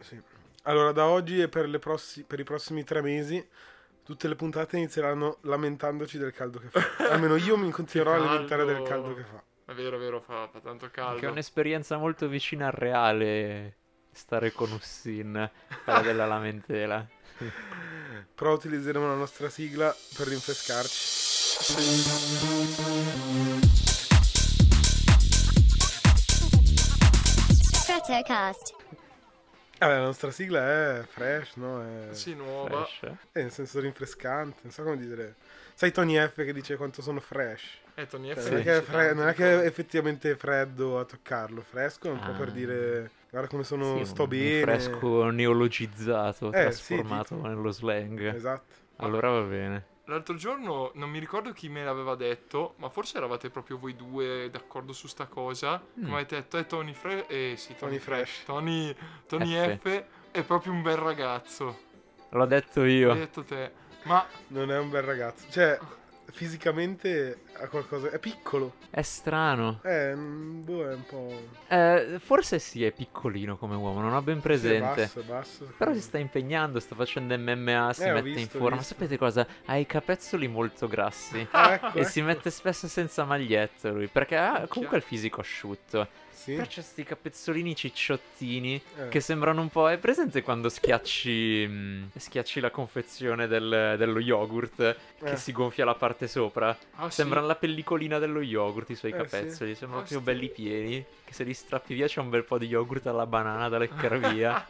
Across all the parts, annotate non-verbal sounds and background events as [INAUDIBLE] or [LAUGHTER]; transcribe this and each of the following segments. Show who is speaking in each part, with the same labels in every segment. Speaker 1: Sì. Allora, da oggi e per, le prossi- per i prossimi tre mesi, tutte le puntate inizieranno lamentandoci del caldo che fa. Almeno io mi continuerò a
Speaker 2: Caldo.
Speaker 1: lamentare del caldo che fa.
Speaker 2: È vero, è vero, fa, fa tanto
Speaker 3: Che è
Speaker 2: caldo.
Speaker 3: un'esperienza molto vicina al reale stare con Ussin,
Speaker 1: [LAUGHS]
Speaker 3: quella della lamentela.
Speaker 1: Però utilizzeremo la nostra sigla per rinfrescarci.
Speaker 4: Stratocast.
Speaker 1: Ah, beh, la nostra sigla è fresh, no? È...
Speaker 2: Sì, nuova.
Speaker 3: Fresh.
Speaker 1: è nel senso rinfrescante, non so come dire. Sai Tony F che dice quanto sono fresh.
Speaker 2: Eh, Tony F.
Speaker 1: Cioè,
Speaker 3: Sì.
Speaker 1: non, è
Speaker 2: dice
Speaker 1: che è fre-
Speaker 2: tanto
Speaker 1: non è
Speaker 2: di
Speaker 1: che
Speaker 2: cose.
Speaker 1: è effettivamente freddo a toccarlo, fresco è un po' per
Speaker 3: Ah.
Speaker 1: dire guarda come sono,
Speaker 3: Sì,
Speaker 1: sto
Speaker 3: un-
Speaker 1: bene.
Speaker 3: Un fresco neologizzato,
Speaker 1: Eh, sì,
Speaker 3: trasformato
Speaker 1: tipo.
Speaker 3: nello slang.
Speaker 1: Esatto.
Speaker 3: Allora va bene.
Speaker 2: L'altro giorno non mi ricordo chi me l'aveva detto, ma forse eravate proprio voi due d'accordo su sta cosa.
Speaker 3: Mm.
Speaker 2: Come avete detto, è Tony Fresh. Eh sì, Tony,
Speaker 1: Tony
Speaker 2: Fresh.
Speaker 1: Fresh.
Speaker 2: Tony, Tony
Speaker 3: F.
Speaker 2: F. è proprio un bel ragazzo.
Speaker 3: L'ho detto
Speaker 2: Hai
Speaker 1: Eh.
Speaker 3: io.
Speaker 2: detto te. Ma
Speaker 1: Non è un bel ragazzo. Cioè, fisicamente ha qualcosa. È piccolo.
Speaker 3: È strano.
Speaker 1: Eh, mm, boh, è un po'.
Speaker 3: Eh, forse sì, è piccolino come uomo, non ho ben presente.
Speaker 1: Sì, è basso, è basso.
Speaker 3: Però si sta impegnando, sta facendo MMA, si
Speaker 1: Eh, ho
Speaker 3: mette in
Speaker 1: visto, ho
Speaker 3: forma.
Speaker 1: visto.
Speaker 3: Sapete cosa? Ha i capezzoli
Speaker 1: [LAUGHS]
Speaker 3: molto grassi.
Speaker 1: Ah, ecco,
Speaker 3: E si
Speaker 1: ecco.
Speaker 3: mette spesso senza maglietta lui, perché ha comunque il fisico asciutto.
Speaker 1: Sì.
Speaker 3: Però c'ha questi capezzolini cicciottini
Speaker 1: Eh.
Speaker 3: che sembrano un po'... È presente quando schiacci, mm, schiacci la confezione del- dello yogurt che
Speaker 1: Eh.
Speaker 3: si gonfia la parte sopra?
Speaker 2: ah, sì, [LAUGHS]
Speaker 3: Sembra la pellicolina dello yogurt i suoi
Speaker 1: Eh,
Speaker 3: capezzoli, sembrano
Speaker 2: Ah,
Speaker 3: proprio
Speaker 2: sì.
Speaker 3: belli pieni, che se li strappi via c'è un bel po' di yogurt alla banana da leccare
Speaker 2: [LAUGHS]
Speaker 3: via.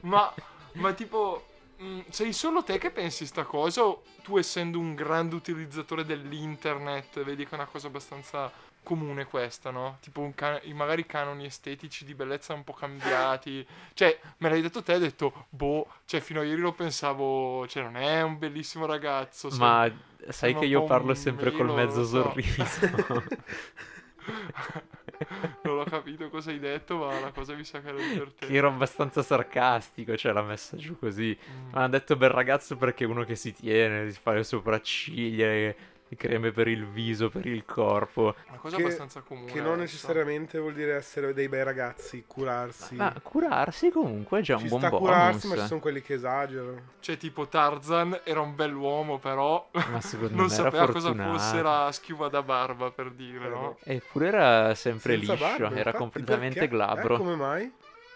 Speaker 2: Ma, ma tipo, mh, sei solo te che pensi sta cosa o tu essendo un grande utilizzatore dell'internet, vedi che è una cosa abbastanza comune questa, no? Tipo un ca- i- magari canoni estetici di bellezza un po' cambiati. Cioè, me l'hai detto te, hai detto, boh, cioè fino a ieri lo pensavo, cioè non è un bellissimo ragazzo. se-
Speaker 3: Ma sai
Speaker 2: sembra
Speaker 3: che
Speaker 2: un
Speaker 3: io
Speaker 2: po'
Speaker 3: parlo
Speaker 2: un
Speaker 3: sempre col
Speaker 2: melo,
Speaker 3: mezzo
Speaker 2: lo so.
Speaker 3: sorriso.
Speaker 2: [LAUGHS] non ho capito cosa hai detto, ma la cosa mi sa che era
Speaker 3: che
Speaker 2: divertente.
Speaker 3: ero abbastanza sarcastico, cioè l'ha messa giù così.
Speaker 2: Mm.
Speaker 3: Ma ha detto bel ragazzo perché è uno che si tiene, si fa le sopracciglia, le, le creme per il viso, per il corpo.
Speaker 2: Una cosa
Speaker 1: Che-
Speaker 2: abbastanza comune. eh,
Speaker 1: Che non
Speaker 2: adesso.
Speaker 1: necessariamente vuol dire essere dei bei ragazzi, curarsi.
Speaker 3: Ma curarsi comunque è già Ah, cioè, un
Speaker 1: ci
Speaker 3: buon
Speaker 1: sta a
Speaker 3: bonus.
Speaker 1: curarsi, ma ci sono quelli che esagerano.
Speaker 2: Cioè, tipo Tarzan era un bell'uomo, però
Speaker 3: Ma secondo
Speaker 2: non
Speaker 3: me era
Speaker 2: sapeva cosa
Speaker 3: fortunato.
Speaker 2: fosse la schiuma da barba, per dire, no?
Speaker 3: Eppure era sempre
Speaker 1: Senza
Speaker 3: liscio,
Speaker 1: barba,
Speaker 3: era
Speaker 1: infatti,
Speaker 3: completamente
Speaker 1: perché?
Speaker 3: glabro.
Speaker 1: Eh, come mai?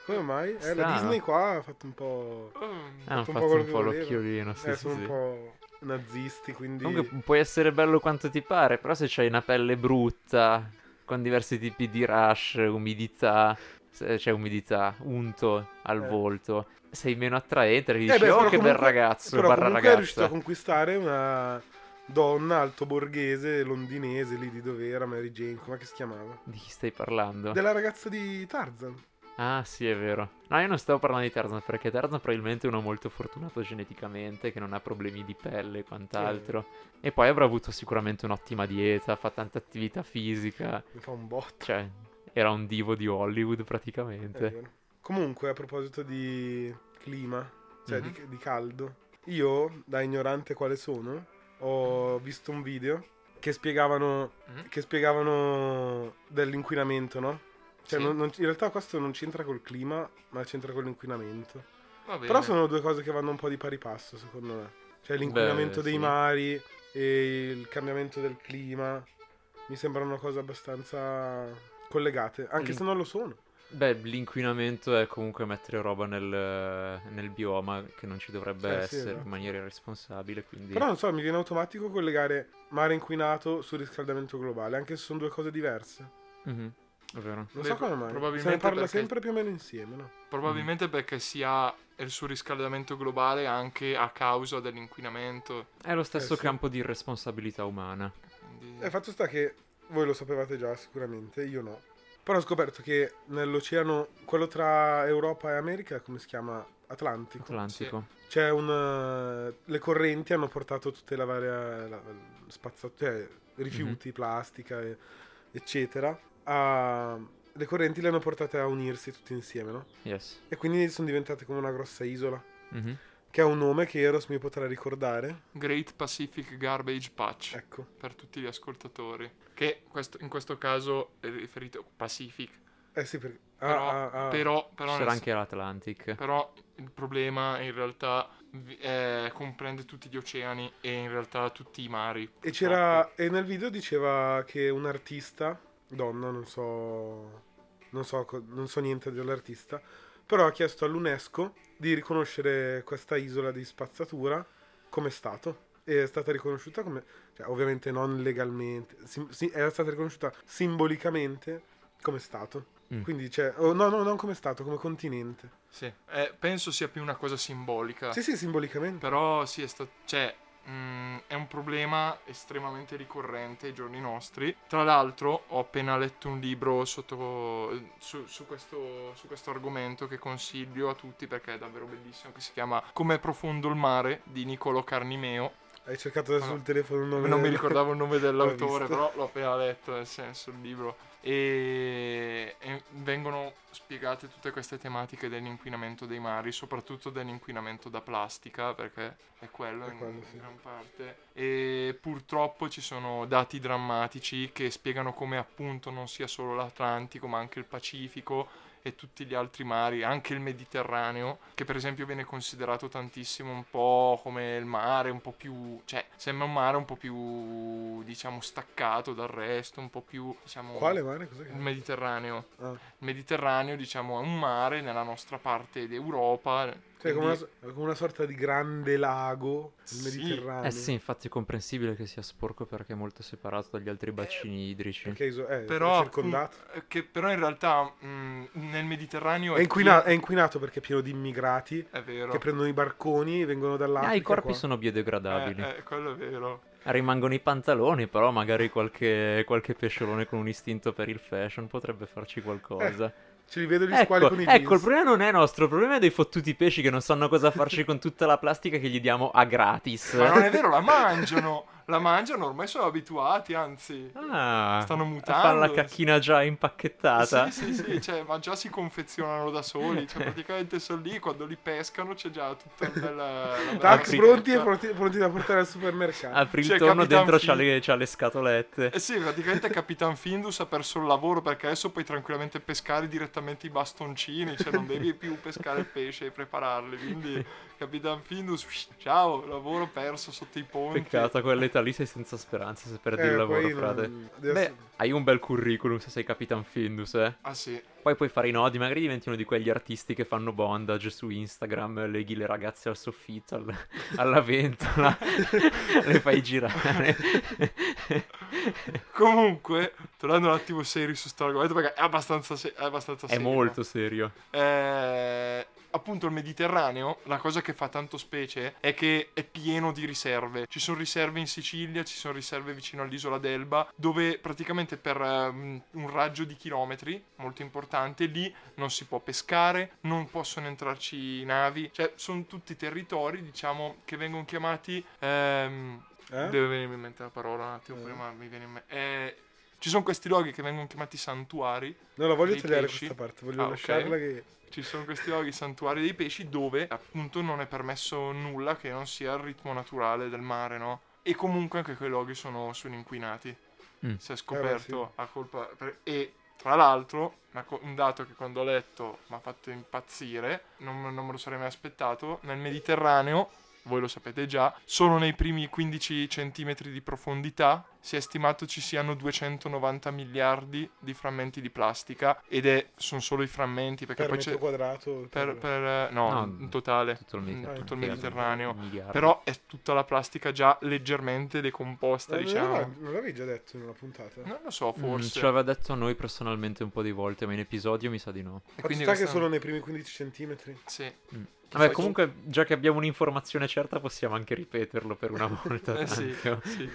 Speaker 1: Come mai? Eh, la
Speaker 3: Strano.
Speaker 1: Disney qua ha fatto un po'.
Speaker 2: Mm.
Speaker 3: Ah, hanno
Speaker 1: fatto un
Speaker 3: fatto
Speaker 1: po'
Speaker 3: un
Speaker 1: quello
Speaker 3: po'
Speaker 1: che voleva.
Speaker 3: l'occhiolino, sì,
Speaker 1: eh,
Speaker 3: sì,
Speaker 1: sono
Speaker 3: sì.
Speaker 1: un po' nazisti, quindi.
Speaker 3: Comunque puoi essere bello quanto ti pare, però se c'hai una pelle brutta, con diversi tipi di rash, umidità, se c'è umidità, unto al
Speaker 1: Eh.
Speaker 3: volto, sei meno attraente, gli
Speaker 1: Eh,
Speaker 3: dici
Speaker 1: beh,
Speaker 3: oh
Speaker 1: però
Speaker 3: che bel
Speaker 1: comunque-
Speaker 3: ragazzo,
Speaker 1: Però
Speaker 3: barra
Speaker 1: comunque è riuscito
Speaker 3: ragazza.
Speaker 1: a conquistare una donna altoborghese, londinese, lì di dov'era, Mary Jane, come si chiamava?
Speaker 3: Di chi stai parlando?
Speaker 1: Della ragazza di Tarzan.
Speaker 3: Ah sì, è vero. No, io non stavo parlando di Tarzan, perché Tarzan probabilmente è uno molto fortunato geneticamente, che non ha problemi di pelle e quant'altro. E poi avrà avuto sicuramente un'ottima dieta, fa tanta attività fisica,
Speaker 1: Mi fa un botto.
Speaker 3: cioè era un divo di Hollywood
Speaker 1: è
Speaker 3: praticamente.
Speaker 1: vero. Comunque, a proposito di clima, cioè
Speaker 2: Mhm.
Speaker 1: di, di caldo, io, da ignorante quale sono, ho visto un video che spiegavano,
Speaker 3: Mhm.
Speaker 2: Mm.
Speaker 1: che spiegavano dell'inquinamento, no? Cioè,
Speaker 2: Sì,
Speaker 1: non- non- in realtà questo non c'entra col clima, ma c'entra con l'inquinamento.
Speaker 2: va bene.
Speaker 1: Però sono due cose che vanno un po' di pari passo, secondo me. Cioè l'inquinamento
Speaker 3: Beh,
Speaker 1: dei
Speaker 3: sì.
Speaker 1: mari e il cambiamento del clima mi sembrano cose abbastanza collegate, anche
Speaker 2: Mm.
Speaker 3: L'in-
Speaker 1: se non lo sono.
Speaker 3: Beh, l'inquinamento è comunque mettere roba nel, nel bioma che non ci dovrebbe
Speaker 1: Eh, sì,
Speaker 3: essere
Speaker 1: esatto.
Speaker 3: in maniera irresponsabile, quindi...
Speaker 1: Però non so, mi viene automatico collegare mare inquinato sul riscaldamento globale, anche se sono due cose diverse.
Speaker 3: Mhm, è vero.
Speaker 1: Non
Speaker 2: Beh,
Speaker 1: so come mai. Se
Speaker 2: probabilmente
Speaker 1: ne parla
Speaker 2: perché-
Speaker 1: sempre più o meno insieme, no?
Speaker 2: Probabilmente perché si ha il surriscaldamento globale anche a causa dell'inquinamento.
Speaker 3: È lo stesso
Speaker 1: Eh, sì.
Speaker 3: campo di irresponsabilità umana.
Speaker 2: Quindi...
Speaker 1: E Eh, fatto sta che voi lo sapevate già sicuramente, io no. Però ho scoperto che nell'oceano, quello tra Europa e America, come si chiama? Atlantico.
Speaker 3: Atlantico.
Speaker 1: C'è un. eh, le correnti hanno portato tutte la varia. La, spazza- cioè, rifiuti, plastica, e- eccetera. a- le correnti le hanno portate a unirsi tutte insieme, no?
Speaker 3: Yes.
Speaker 1: E quindi sono diventate come una grossa isola.
Speaker 3: Mhm.
Speaker 1: Che ha un nome che Eros mi potrà ricordare.
Speaker 2: Great Pacific Garbage Patch.
Speaker 1: Ecco.
Speaker 2: per tutti gli ascoltatori. Che questo- in questo caso è riferito Pacific.
Speaker 1: Eh sì, perché... ah,
Speaker 2: Però,
Speaker 1: ah, ah.
Speaker 2: però, però
Speaker 3: C'era
Speaker 2: nel-
Speaker 3: anche l'Atlantic.
Speaker 2: però il problema in realtà vi- eh, comprende tutti gli oceani e in realtà tutti i mari.
Speaker 1: E,
Speaker 2: purtroppo.
Speaker 1: c'era, e nel video diceva che un artista, donna, non so, non so, co- non so niente dell'artista, però ha chiesto all'UNESCO di riconoscere questa isola di spazzatura come stato. E è stata riconosciuta come, cioè, ovviamente non legalmente, sim- sì, era stata riconosciuta simbolicamente come stato.
Speaker 3: Mm.
Speaker 1: Quindi c'è, oh, no, no, non come stato, come continente.
Speaker 2: Sì. Eh, penso sia più una cosa simbolica.
Speaker 1: Sì, sì, simbolicamente.
Speaker 2: Però sì, è, sta- cioè, mm, è un problema estremamente ricorrente ai giorni nostri. Tra l'altro, ho appena letto un libro sotto- su, su questo, su questo argomento che consiglio a tutti perché è davvero bellissimo, che si chiama Com'è profondo il mare di Nicolo Carnimeo.
Speaker 1: Hai cercato adesso
Speaker 2: No.
Speaker 1: sul telefono il nome
Speaker 2: Ah. Non mi
Speaker 1: del-
Speaker 2: ricordavo
Speaker 1: [LAUGHS]
Speaker 2: il nome dell'autore,
Speaker 1: visto.
Speaker 2: però l'ho appena letto, nel senso, il libro. E, e vengono spiegate tutte queste tematiche dell'inquinamento dei mari, soprattutto dell'inquinamento da plastica, perché è quello
Speaker 1: È
Speaker 2: in,
Speaker 1: quello,
Speaker 2: in
Speaker 1: sì.
Speaker 2: gran parte. E purtroppo ci sono dati drammatici che spiegano come appunto non sia solo l'Atlantico, ma anche il Pacifico e tutti gli altri mari, anche il Mediterraneo, che per esempio viene considerato tantissimo un po' come il mare, un po' più, cioè sembra un mare un po' più, diciamo, staccato dal resto, un po' più, diciamo...
Speaker 1: Quale mare? Cos'è
Speaker 2: Il
Speaker 1: che...
Speaker 2: Mediterraneo.
Speaker 1: Ah.
Speaker 2: Il Mediterraneo, diciamo, è un mare nella nostra parte d'Europa.
Speaker 1: Cioè,
Speaker 2: quindi-
Speaker 1: come una, so- come una sorta di grande lago il
Speaker 2: Sì.
Speaker 1: Mediterraneo.
Speaker 3: Eh sì, infatti è comprensibile che sia sporco perché è molto separato dagli altri bacini idrici.
Speaker 1: Eh, Perché iso- eh,
Speaker 2: Però, mm,
Speaker 1: è circondato.
Speaker 2: appunto, che però in realtà mh, nel Mediterraneo
Speaker 1: È, inquina- è inquinato perché è pieno di immigrati
Speaker 2: pieno- È vero.
Speaker 1: che prendono i barconi e vengono dall'Africa.
Speaker 3: Ah, i corpi
Speaker 1: qua.
Speaker 3: sono biodegradabili.
Speaker 2: Eh, eh, quello è vero.
Speaker 3: Rimangono i pantaloni, però magari qualche, qualche pesciolone con un istinto per il fashion potrebbe farci
Speaker 1: Eh,
Speaker 3: qualcosa.
Speaker 1: Ce li vedo gli
Speaker 3: Ecco,
Speaker 1: squali con i
Speaker 3: ecco, il
Speaker 1: jeans.
Speaker 3: problema non è nostro, il problema è dei fottuti pesci che non sanno cosa farci con tutta la plastica che gli diamo a
Speaker 1: Eh.
Speaker 3: gratis.
Speaker 2: Ma non è vero, la mangiano. la mangiano, ormai sono abituati, anzi.
Speaker 3: Ah,
Speaker 2: Stanno
Speaker 3: a fare la
Speaker 2: mutando.
Speaker 3: cacchina già impacchettata.
Speaker 2: Sì, sì, sì, cioè, ma già si confezionano da soli, cioè praticamente sono lì, quando li pescano c'è già tutta la bella... la bella
Speaker 1: Tax
Speaker 3: Apri-
Speaker 1: pronti e
Speaker 2: ricetta.
Speaker 1: pronti, pronti da portare al supermercato.
Speaker 3: Apri il
Speaker 2: Cioè,
Speaker 3: torno,
Speaker 2: Capitan
Speaker 3: dentro
Speaker 2: Phil-
Speaker 3: c'ha le, c'ha le scatolette.
Speaker 2: Eh sì, praticamente Capitan Findus ha perso il lavoro perché adesso puoi tranquillamente pescare direttamente i bastoncini, cioè non devi più pescare il pesce e prepararli, quindi Capitan Findus, ush, ciao, lavoro perso sotto i ponti.
Speaker 3: Peccato, a quell'età lì sei senza speranze se perdi
Speaker 1: Eh,
Speaker 3: il lavoro,
Speaker 1: poi
Speaker 3: frate.
Speaker 1: non- adesso-
Speaker 3: Beh, hai un bel curriculum se sei Capitan Findus, eh.
Speaker 2: Ah sì,
Speaker 3: Poi puoi fare i nodi, magari diventi uno di quegli artisti che fanno bondage su Instagram, leghi le ragazze al soffitto, al- [LAUGHS] alla
Speaker 2: [LAUGHS]
Speaker 3: ventola, le fai girare.
Speaker 2: comunque, tornando un attimo seri su sto argomento perché è abbastanza, se- è abbastanza
Speaker 3: È
Speaker 2: serio.
Speaker 3: molto serio.
Speaker 2: Eh, appunto il Mediterraneo, la cosa che fa tanto specie è che è pieno di riserve. Ci sono riserve in Sicilia, ci sono riserve vicino all'isola d'Elba, dove praticamente per ehm, un raggio di chilometri molto importante lì non si può pescare, non possono entrarci navi, cioè sono tutti territori, diciamo, che vengono chiamati ehm,
Speaker 1: eh?
Speaker 2: Deve venirmi in mente la parola un attimo
Speaker 1: Eh.
Speaker 2: prima mi viene in mente. Eh, ci sono questi luoghi che vengono chiamati santuari
Speaker 1: No, la voglio
Speaker 2: dei
Speaker 1: tagliare
Speaker 2: pesci.
Speaker 1: questa parte, voglio
Speaker 2: Ah, ok.
Speaker 1: lasciarla che...
Speaker 2: ci sono questi luoghi santuari dei pesci dove appunto non è permesso nulla che non sia il ritmo naturale del mare, no? E comunque anche quei luoghi sono, sono inquinati.
Speaker 3: Mm.
Speaker 2: Si è scoperto
Speaker 1: Eh, beh,
Speaker 2: a colpa. per- e tra l'altro, una co- un dato che quando ho letto mi ha fatto impazzire, non, non me lo sarei mai aspettato, nel Mediterraneo, voi lo sapete già, solo nei primi 15 centimetri di profondità si è stimato ci siano 290 miliardi di frammenti di plastica ed è, sono solo i frammenti perché
Speaker 1: Per
Speaker 2: poi
Speaker 1: metro
Speaker 2: c'è...
Speaker 1: quadrato...
Speaker 2: Per, per- no,
Speaker 3: No,
Speaker 2: in totale.
Speaker 3: tutto il
Speaker 2: Mm,
Speaker 3: Mediterraneo.
Speaker 2: tutto il Mediterraneo.
Speaker 3: Miliardi.
Speaker 2: Però è tutta la plastica già leggermente decomposta,
Speaker 1: Eh, non
Speaker 2: diciamo.
Speaker 1: l'avevi- Non l'avevi già detto in una puntata?
Speaker 2: Non lo so,
Speaker 3: Mm,
Speaker 2: forse.
Speaker 3: ce l'aveva detto a noi personalmente un po' di volte, ma in episodio mi sa di no.
Speaker 2: E
Speaker 1: Ma ci
Speaker 2: quindi
Speaker 1: sta che
Speaker 2: questa-
Speaker 1: sono nei primi 15 centimetri?
Speaker 2: Sì.
Speaker 3: Mm.
Speaker 2: fai
Speaker 3: Vabbè,
Speaker 2: tu?
Speaker 3: comunque, già che abbiamo un'informazione certa, possiamo anche ripeterlo per
Speaker 2: [LAUGHS]
Speaker 3: una volta.
Speaker 2: Eh sì,
Speaker 3: tanto.
Speaker 2: sì.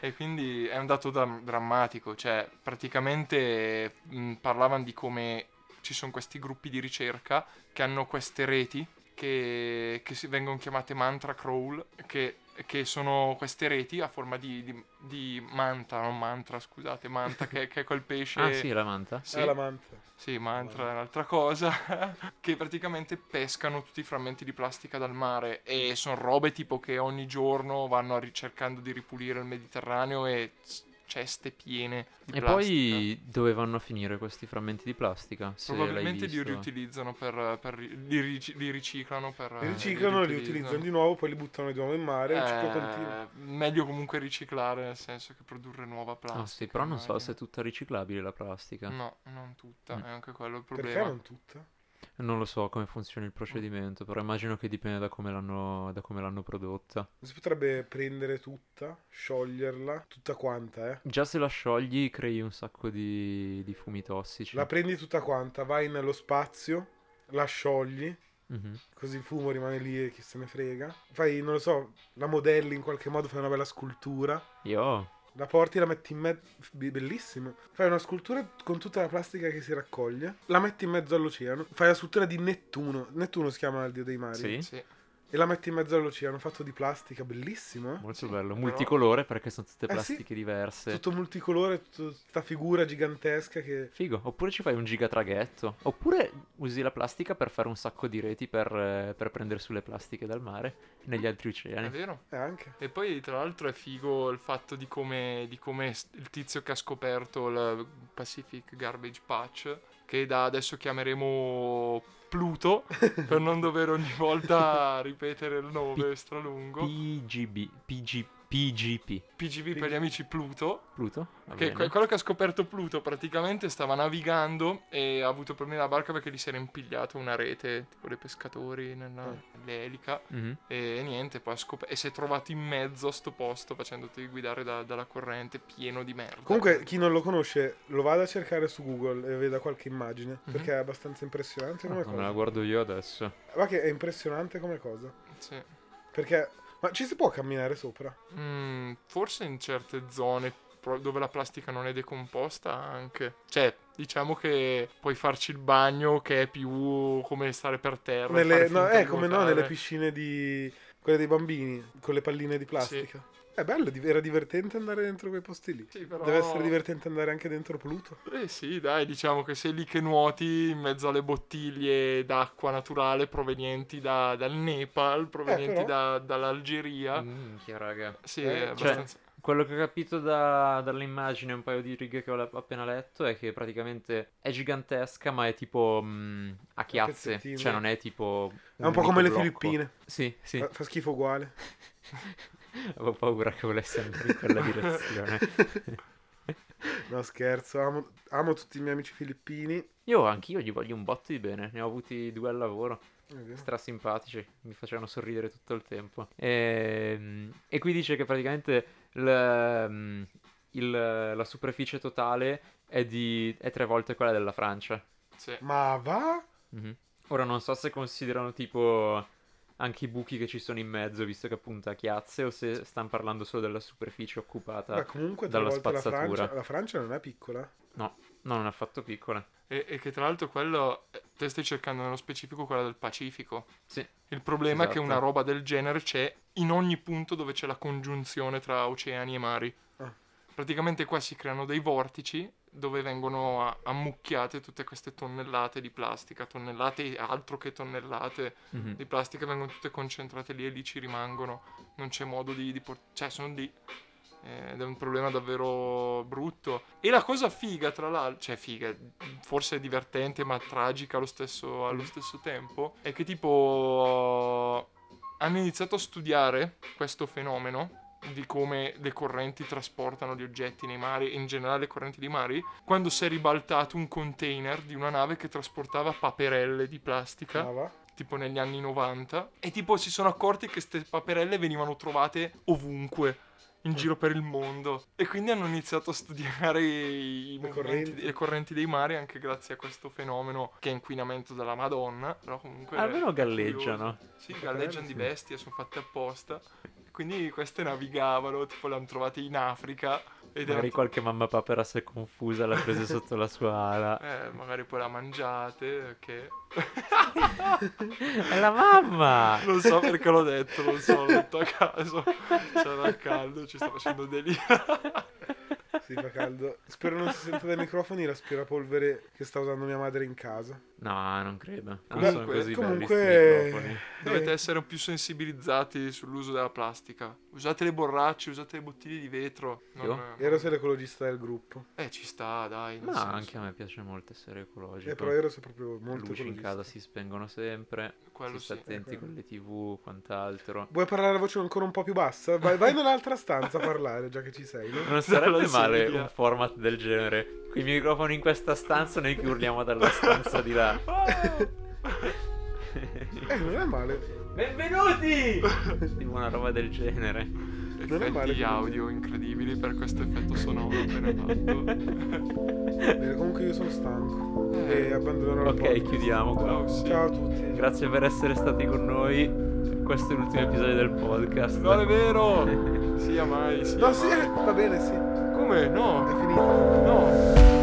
Speaker 2: E quindi è un dato dra- drammatico, cioè praticamente mh, parlavano di come ci sono questi gruppi di ricerca che hanno queste reti che, che si vengono chiamate mantra crawl, che, che sono queste reti a forma di, di- di manta, non mantra, scusate, manta
Speaker 3: [LAUGHS]
Speaker 2: che, che è quel pesce...
Speaker 3: [LAUGHS] ah, sì, la manta.
Speaker 2: Sì.
Speaker 1: Ah, la manta.
Speaker 2: Sì, mantra è un'altra cosa. [LAUGHS] che praticamente pescano tutti i frammenti di plastica dal mare. E sono robe tipo che ogni giorno vanno a ri- cercando di ripulire il Mediterraneo e s- ceste piene di
Speaker 3: E
Speaker 2: plastica.
Speaker 3: poi dove vanno a finire questi frammenti di plastica? Se l'hai
Speaker 2: Probabilmente li
Speaker 3: visto?
Speaker 2: riutilizzano per, per ri- li, ric- li riciclano per eh,
Speaker 1: Li riciclano, li utilizzano di nuovo, poi li buttano di nuovo in mare. il ciclo continua.
Speaker 2: Eh, meglio comunque riciclare nel senso che produrre nuova plastica.
Speaker 3: Ah sì, però non so
Speaker 2: magari.
Speaker 3: se è tutta riciclabile la plastica.
Speaker 2: No, non tutta,
Speaker 3: Mm.
Speaker 2: è anche quello il
Speaker 1: Perché
Speaker 2: problema.
Speaker 1: non tutta?
Speaker 3: Non lo so come funziona il procedimento, però immagino che dipenda da come l'hanno, da come l'hanno prodotta.
Speaker 1: Non si potrebbe prendere tutta, scioglierla, tutta quanta, eh?
Speaker 3: Già se la sciogli crei un sacco di, di fumi tossici.
Speaker 1: La prendi tutta quanta, vai nello spazio, la sciogli,
Speaker 3: Mhm.
Speaker 1: così il fumo rimane lì e chi se ne frega. Fai, non lo so, la modelli in qualche modo, fai una bella scultura.
Speaker 3: Io...
Speaker 1: La porti, la metti in mezzo. Bellissimo. Fai una scultura con tutta la plastica che si raccoglie. La metti in mezzo all'oceano. Fai la scultura di Nettuno. Nettuno si chiama il dio dei mari.
Speaker 3: Sì,
Speaker 2: Sì.
Speaker 1: E la metti in mezzo all'oceano, fatto di plastica, bellissimo. eh?
Speaker 3: molto
Speaker 2: Sì,
Speaker 3: bello.
Speaker 2: però-
Speaker 3: Multicolore perché sono tutte
Speaker 1: Eh, sì.
Speaker 3: plastiche diverse.
Speaker 1: Tutto multicolore, tutta questa figura gigantesca che.
Speaker 3: Figo, oppure ci fai un gigatraghetto, oppure usi la plastica per fare un sacco di reti per, eh, per prendere sulle plastiche dal mare negli altri
Speaker 2: È
Speaker 3: oceani.
Speaker 2: vero.
Speaker 1: Eh, anche.
Speaker 2: E poi tra l'altro è figo il fatto di come, di come s- il tizio che ha scoperto il Pacific Garbage Patch, che da adesso chiameremo
Speaker 3: [LAUGHS]
Speaker 2: Pluto, per non dover ogni volta ripetere il nome stralungo,
Speaker 3: PGB, PG, PGP,
Speaker 2: PGB per gli amici Pluto,
Speaker 3: Pluto? Va
Speaker 2: Che
Speaker 3: bene.
Speaker 2: que- quello che ha scoperto Pluto praticamente stava navigando e ha avuto problemi alla barca perché gli si era impigliata una rete, tipo dei pescatori nella, nell'elica.
Speaker 3: Mhm.
Speaker 2: E niente, poi ha scop- e si è trovato in mezzo a sto posto facendoti guidare da- dalla corrente pieno di merda.
Speaker 1: Comunque, chi non lo conosce, lo vada a cercare su Google e veda qualche immagine.
Speaker 2: Mhm.
Speaker 1: Perché è abbastanza impressionante come
Speaker 3: Ah, me la
Speaker 1: cosa.
Speaker 3: guardo io adesso.
Speaker 1: Ma che è impressionante come cosa.
Speaker 2: Sì.
Speaker 1: Perché. Ma ci si può camminare sopra?
Speaker 2: Mm, forse in certe zone pro- dove la plastica non è decomposta anche. Cioè, diciamo che puoi farci il bagno che è più come stare per terra.
Speaker 1: Nelle-
Speaker 2: fare
Speaker 1: no,
Speaker 2: finta
Speaker 1: eh,
Speaker 2: di
Speaker 1: come no,
Speaker 2: nuotare.
Speaker 1: nelle piscine di quelle dei bambini con le palline di plastica. È bello, div- era divertente andare dentro quei posti lì.
Speaker 2: Sì, però-
Speaker 1: Deve essere divertente andare anche dentro Pluto.
Speaker 2: Eh sì, dai, diciamo che sei lì che nuoti in mezzo alle bottiglie d'acqua naturale provenienti da- dal Nepal, provenienti
Speaker 1: Eh, però-
Speaker 2: da-
Speaker 3: Ah.
Speaker 2: dall'Algeria.
Speaker 3: Minchia raga.
Speaker 2: Sì,
Speaker 1: Eh,
Speaker 2: è
Speaker 1: cioè-
Speaker 2: abbastanza.
Speaker 3: Quello che ho capito da, dall'immagine, un paio di righe che ho le- appena letto, è che praticamente è gigantesca, ma è tipo mm, a chiazze.
Speaker 1: pezzettino.
Speaker 3: Cioè non è tipo...
Speaker 1: È un po' come le
Speaker 3: unico blocco.
Speaker 1: Filippine. Eh.
Speaker 3: Sì, sì.
Speaker 1: Fa, fa schifo uguale.
Speaker 3: [LAUGHS] Avevo paura che volesse andare in
Speaker 1: [LAUGHS]
Speaker 3: quella direzione. [LAUGHS]
Speaker 1: No, scherzo. Amo, amo tutti i miei amici filippini.
Speaker 3: Io anch'io gli voglio un botto di bene, ne ho avuti due al lavoro,
Speaker 1: Eh, via.
Speaker 3: strasimpatici, mi facevano sorridere tutto il tempo. Ehm, E, qui dice che praticamente l- mm, il- la superficie totale è, di, è tre volte quella della Francia.
Speaker 2: Sì.
Speaker 1: Ma va?
Speaker 3: Mhm. Ora non so se considerano tipo anche i buchi che ci sono in mezzo, visto che appunto a chiazze, o se stanno parlando solo della superficie occupata.
Speaker 2: Ecco.
Speaker 1: Ma comunque tre
Speaker 3: dalla
Speaker 1: volte la
Speaker 3: spazzatura.
Speaker 1: Francia. La Francia non è piccola.
Speaker 3: No, non è affatto piccola.
Speaker 2: E, e che tra l'altro quello, eh, te stai cercando nello specifico quella del Pacifico.
Speaker 3: Sì.
Speaker 2: Il problema è che
Speaker 3: Esatto.
Speaker 2: una roba del genere c'è in ogni punto dove c'è la congiunzione tra oceani e mari.
Speaker 1: Ah.
Speaker 2: Praticamente qua si creano dei vortici dove vengono a- ammucchiate tutte queste tonnellate di plastica, tonnellate e altro che tonnellate
Speaker 3: Mhm.
Speaker 2: di plastica vengono tutte concentrate lì e lì ci rimangono. Non c'è modo di, di port- cioè sono lì. Eh, Ed è un problema davvero brutto. E la cosa figa, tra l'altro, cioè figa, forse divertente ma tragica allo stesso, allo stesso tempo, è che tipo hanno iniziato a studiare questo fenomeno di come le correnti trasportano gli oggetti nei mari, e in generale le correnti dei mari, quando si è ribaltato un container di una nave che trasportava paperelle di plastica
Speaker 1: Ma va?
Speaker 2: tipo negli anni 90 e tipo si sono accorti che queste paperelle venivano trovate ovunque in giro per il mondo e quindi hanno iniziato a studiare i
Speaker 1: Le
Speaker 2: movimenti-
Speaker 1: correnti.
Speaker 2: le correnti dei mari anche grazie a questo fenomeno che è inquinamento della Madonna però comunque
Speaker 3: Almeno
Speaker 2: è
Speaker 3: Ah, galleggiano.
Speaker 2: curioso. sì galleggiano di bestia sono fatte apposta quindi queste navigavano tipo le hanno trovate in Africa ed
Speaker 3: Magari
Speaker 2: erano
Speaker 3: qualche mamma papera si è confusa, l'ha presa sotto la sua ala.
Speaker 2: eh, magari poi la mangiate che
Speaker 3: [LAUGHS] È la mamma!
Speaker 2: Non so perché l'ho detto, non so, l'ho detto a caso. C'era caldo, ci sta facendo delirare.
Speaker 1: Sì, fa caldo. Spero non si senta dai microfoni l'aspirapolvere che sta usando mia madre in casa.
Speaker 3: No, non credo. Non
Speaker 2: Comunque-
Speaker 3: sono così
Speaker 1: comunque-
Speaker 3: belli sti microfoni.
Speaker 2: Dovete
Speaker 1: Eh.
Speaker 2: essere più sensibilizzati sull'uso della plastica. Usate le borracce, usate le bottiglie di vetro. Non,
Speaker 1: Ero sei l'ecologista del gruppo.
Speaker 2: Eh, ci sta, dai. nel
Speaker 3: Ma
Speaker 2: senso,
Speaker 3: anche a me piace molto essere ecologico.
Speaker 1: Eh, però ero sei proprio
Speaker 3: Le
Speaker 1: molto
Speaker 3: luci in
Speaker 1: ecologista.
Speaker 3: casa si spengono sempre.
Speaker 2: Quello
Speaker 3: si sta
Speaker 2: sì.
Speaker 3: attenti
Speaker 1: Eh, quello.
Speaker 3: con le tv, quant'altro.
Speaker 1: Vuoi parlare a voce ancora un po' più bassa? Vai, vai nell'altra stanza a parlare, già che ci sei. No?
Speaker 3: Non sarebbe
Speaker 2: Dalla
Speaker 3: male
Speaker 2: sedia.
Speaker 3: un format del genere. Con i microfoni in questa stanza, noi che urliamo dalla stanza di
Speaker 2: [LAUGHS]
Speaker 3: là. [LAUGHS]
Speaker 1: Eh, non è male.
Speaker 3: Benvenuti! Tipo [LAUGHS] una roba del genere.
Speaker 1: Non è male
Speaker 2: Effetti
Speaker 1: come
Speaker 2: audio incredibili per questo effetto
Speaker 3: [LAUGHS]
Speaker 2: sonoro appena fatto.
Speaker 1: Bene, Eh, comunque io sono stanco. E
Speaker 2: Eh,
Speaker 1: abbandonerò il
Speaker 3: [LAUGHS] Ok,
Speaker 1: podcast.
Speaker 3: chiudiamo qua.
Speaker 2: ciao, Oh, sì.
Speaker 1: Ciao a tutti.
Speaker 3: Grazie per essere stati con noi. Questo è l'ultimo episodio del podcast.
Speaker 2: Non è vero!
Speaker 3: [LAUGHS]
Speaker 2: Sia mai, sia
Speaker 1: No, sì, eh,
Speaker 2: mai.
Speaker 1: va bene, sì. È
Speaker 2: Come? No,
Speaker 1: finita.
Speaker 2: no.